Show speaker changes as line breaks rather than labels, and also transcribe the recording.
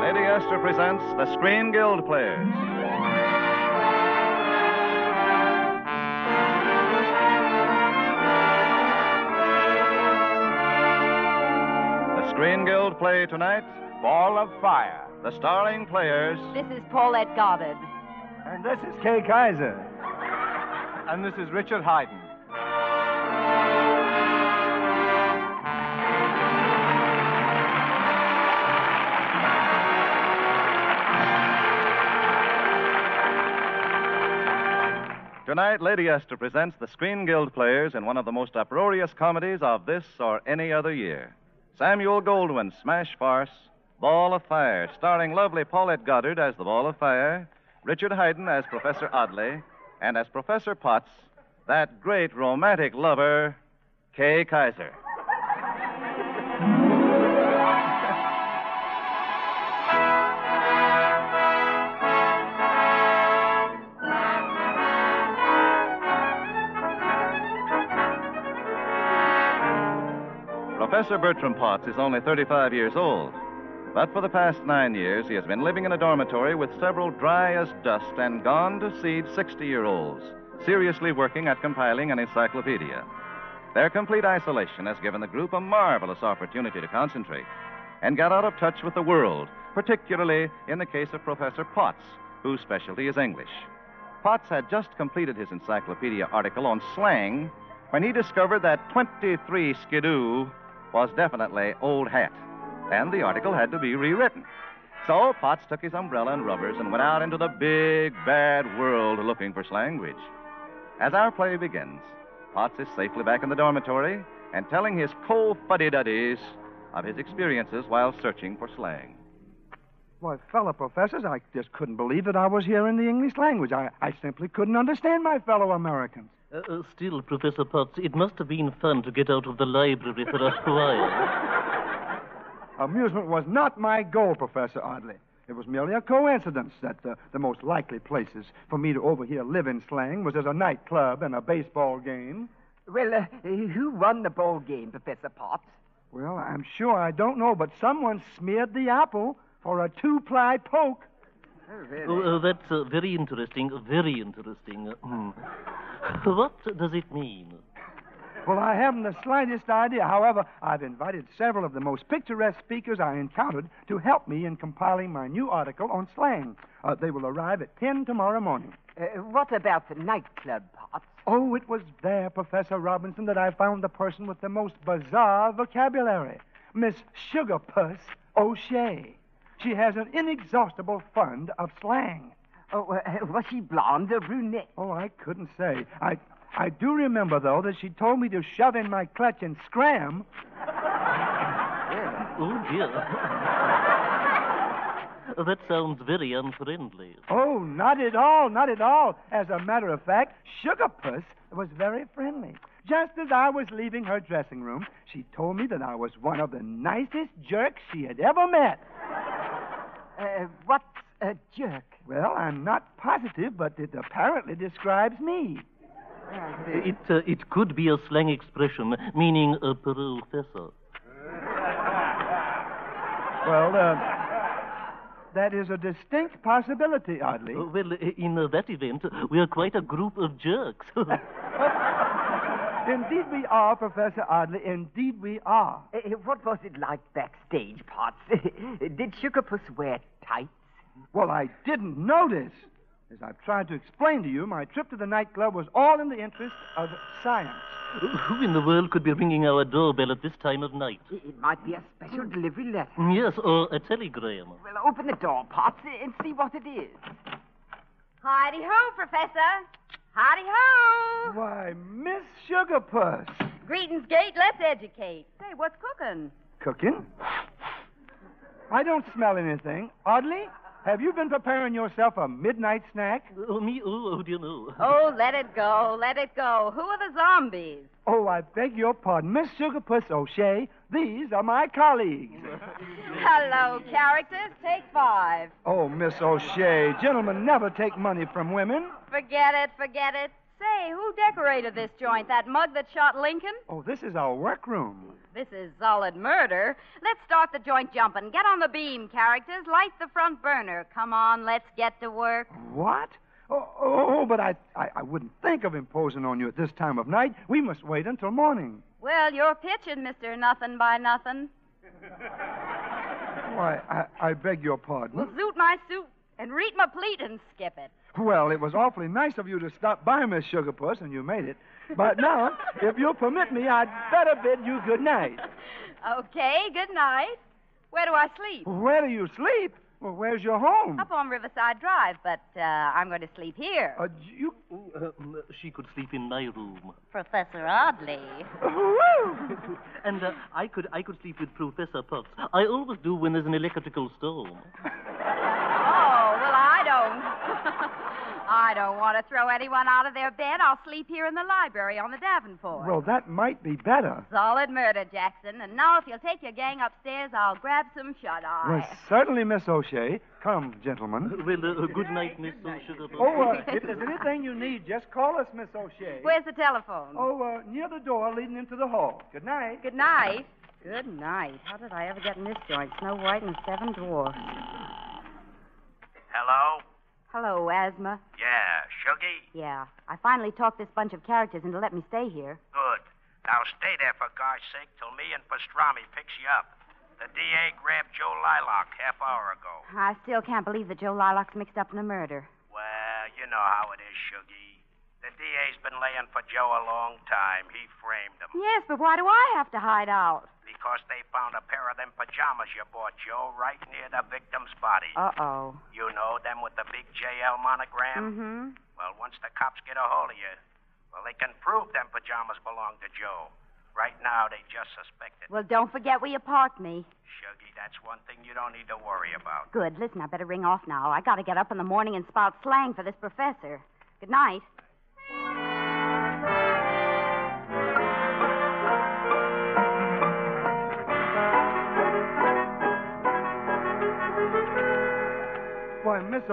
Lady Esther presents the Screen Guild Players. The Screen Guild play tonight, Ball of Fire. The starring players.
This is Paulette Goddard.
And this is Kay Kaiser.
And this is Richard Haydn.
Tonight, Lady Esther presents the Screen Guild players in one of the most uproarious comedies of this or any other year. Samuel Goldwyn's smash farce, Ball of Fire, starring lovely Paulette Goddard as the Ball of Fire, Richard Haydn as Professor Oddly, and as Professor Potts, that great romantic lover, Kay Kaiser. Professor Bertram Potts is only 35 years old, but for the past nine years, he has been living in a dormitory with several dry as dust and gone to seed 60 year olds, seriously working at compiling an encyclopedia. Their complete isolation has given the group a marvelous opportunity to concentrate and get out of touch with the world, particularly in the case of Professor Potts, whose specialty is English. Potts had just completed his encyclopedia article on slang when he discovered that 23 skidoo was definitely old hat, and the article had to be rewritten. So Potts took his umbrella and rubbers and went out into the big, bad world looking for slanguage. As our play begins, Potts is safely back in the dormitory and telling his co fuddy duddies of his experiences while searching for slang.
Why, fellow professors, I just couldn't believe that I was here in the English language. I, I simply couldn't understand my fellow Americans.
Uh, uh, still, Professor Potts, it must have been fun to get out of the library for a while.
Amusement was not my goal, Professor Audley. It was merely a coincidence that uh, the most likely places for me to overhear live-in slang was at a nightclub and a baseball game.
Well, uh, who won the ball game, Professor Potts?
Well, I'm sure I don't know, but someone smeared the apple for a two-ply poke.
Oh, really?
Oh, uh, that's uh, very interesting, very interesting. Uh, hmm. what does it mean?
Well, I haven't the slightest idea. However, I've invited several of the most picturesque speakers I encountered to help me in compiling my new article on slang. Uh, they will arrive at 10 tomorrow morning.
Uh, what about the nightclub, Potts?
Oh, it was there, Professor Robinson, that I found the person with the most bizarre vocabulary Miss Sugarpuss O'Shea. She has an inexhaustible fund of slang.
Oh, uh, was she blonde or brunette?
Oh, I couldn't say. I, I do remember, though, that she told me to shove in my clutch and scram.
Yeah.
Oh, dear. that sounds very unfriendly.
Oh, not at all, not at all. As a matter of fact, Sugarpuss was very friendly. Just as I was leaving her dressing room, she told me that I was one of the nicest jerks she had ever met.
Uh, what's a jerk?
Well, I'm not positive, but it apparently describes me.
It, uh, it could be a slang expression meaning a professor.
Well, uh, that is a distinct possibility, Audley.
Uh, well, in uh, that event, we are quite a group of jerks.
Indeed, we are, Professor Audley. Indeed, we are.
Uh, what was it like backstage, Potts? Did Sugarpuss wear tights?
Well, I didn't notice. As I've tried to explain to you, my trip to the nightclub was all in the interest of science.
Who in the world could be ringing our doorbell at this time of night? Mm,
It might be a special delivery letter.
Yes, or a telegram.
Well, open the door, Potts, and see what it is.
Heidi ho, Professor. Heidi ho.
Why, Miss Sugarpuss.
Greetings, Gate. Let's educate. Say, what's cooking?
Cooking? I don't smell anything. Oddly, Have you been preparing yourself a midnight snack?
Oh, me? Oh, oh dear, no.
Oh, let it go, let it go. Who are the zombies?
Oh, I beg your pardon, Miss Sugarpuss O'Shea. These are my colleagues.
Hello, characters. Take five.
Oh, Miss O'Shea, gentlemen never take money from women.
Forget it, forget it. Say, who decorated this joint? That mug that shot Lincoln?
Oh, this is our workroom.
This is solid murder. Let's start the joint jumping. Get on the beam, characters. Light the front burner. Come on, let's get to work.
What? Oh, oh, oh, but I, I, I wouldn't think of imposing on you at this time of night. We must wait until morning.
Well, you're pitching, Mr. Nothing by Nothing.
Why, I, I beg your pardon.
Zoot my suit and read my pleat and skip it.
Well, it was awfully nice of you to stop by, Miss Sugarpuss, and you made it. But now, if you'll permit me, I'd better bid you good night.
Okay, good night. Where do I sleep?
Where do you sleep? Well, where's your home?
Up on Riverside Drive, but uh, I'm going to sleep here.
Uh, you.
Uh, um, she could sleep in my room.
Professor Oddly.
Woo!
And uh, I could I could sleep with Professor Potts. I always do when there's an electrical storm.
Oh, well, I don't. I don't want to throw anyone out of their bed. I'll sleep here in the library on the Davenport.
Well, that might be better.
Solid murder, Jackson. And now, if you'll take your gang upstairs, I'll grab some shut eye.
Well, certainly, Miss O'Shea. Come, gentlemen.
Well, uh, good night, Miss Sugarbush.
Oh, uh, if there's anything you need, just call us, Miss O'Shea.
Where's the telephone?
Oh, uh, near the door leading into the hall. Good night.
Good night. Good night. How did I ever get in this joint? Snow White and the Seven Dwarfs.
Hello?
Hello, Asthma.
Yeah, Shuggy?
Yeah, I finally talked this bunch of characters into let me stay here.
Good. Now stay there for God's sake till me and Pastrami picks you up. The DA grabbed Joe Lilac half hour ago.
I still can't believe that Joe Lilac's mixed up in a murder.
Well, you know how it is, Shuggy. The DA's been laying for Joe a long time. He framed him.
Yes, but why do I have to hide out?
Because they found a pair of them pajamas you bought, Joe, right near the victim's body.
Uh oh.
You know them with the big JL monogram?
Mm-hmm.
Well, once the cops get a hold of you, well, they can prove them pajamas belong to Joe. Right now, they just suspect it.
Well, don't forget where you parked me.
Shuggy, that's one thing you don't need to worry about.
Good. Listen, I better ring off now. I gotta get up in the morning and spout slang for this professor. Good night.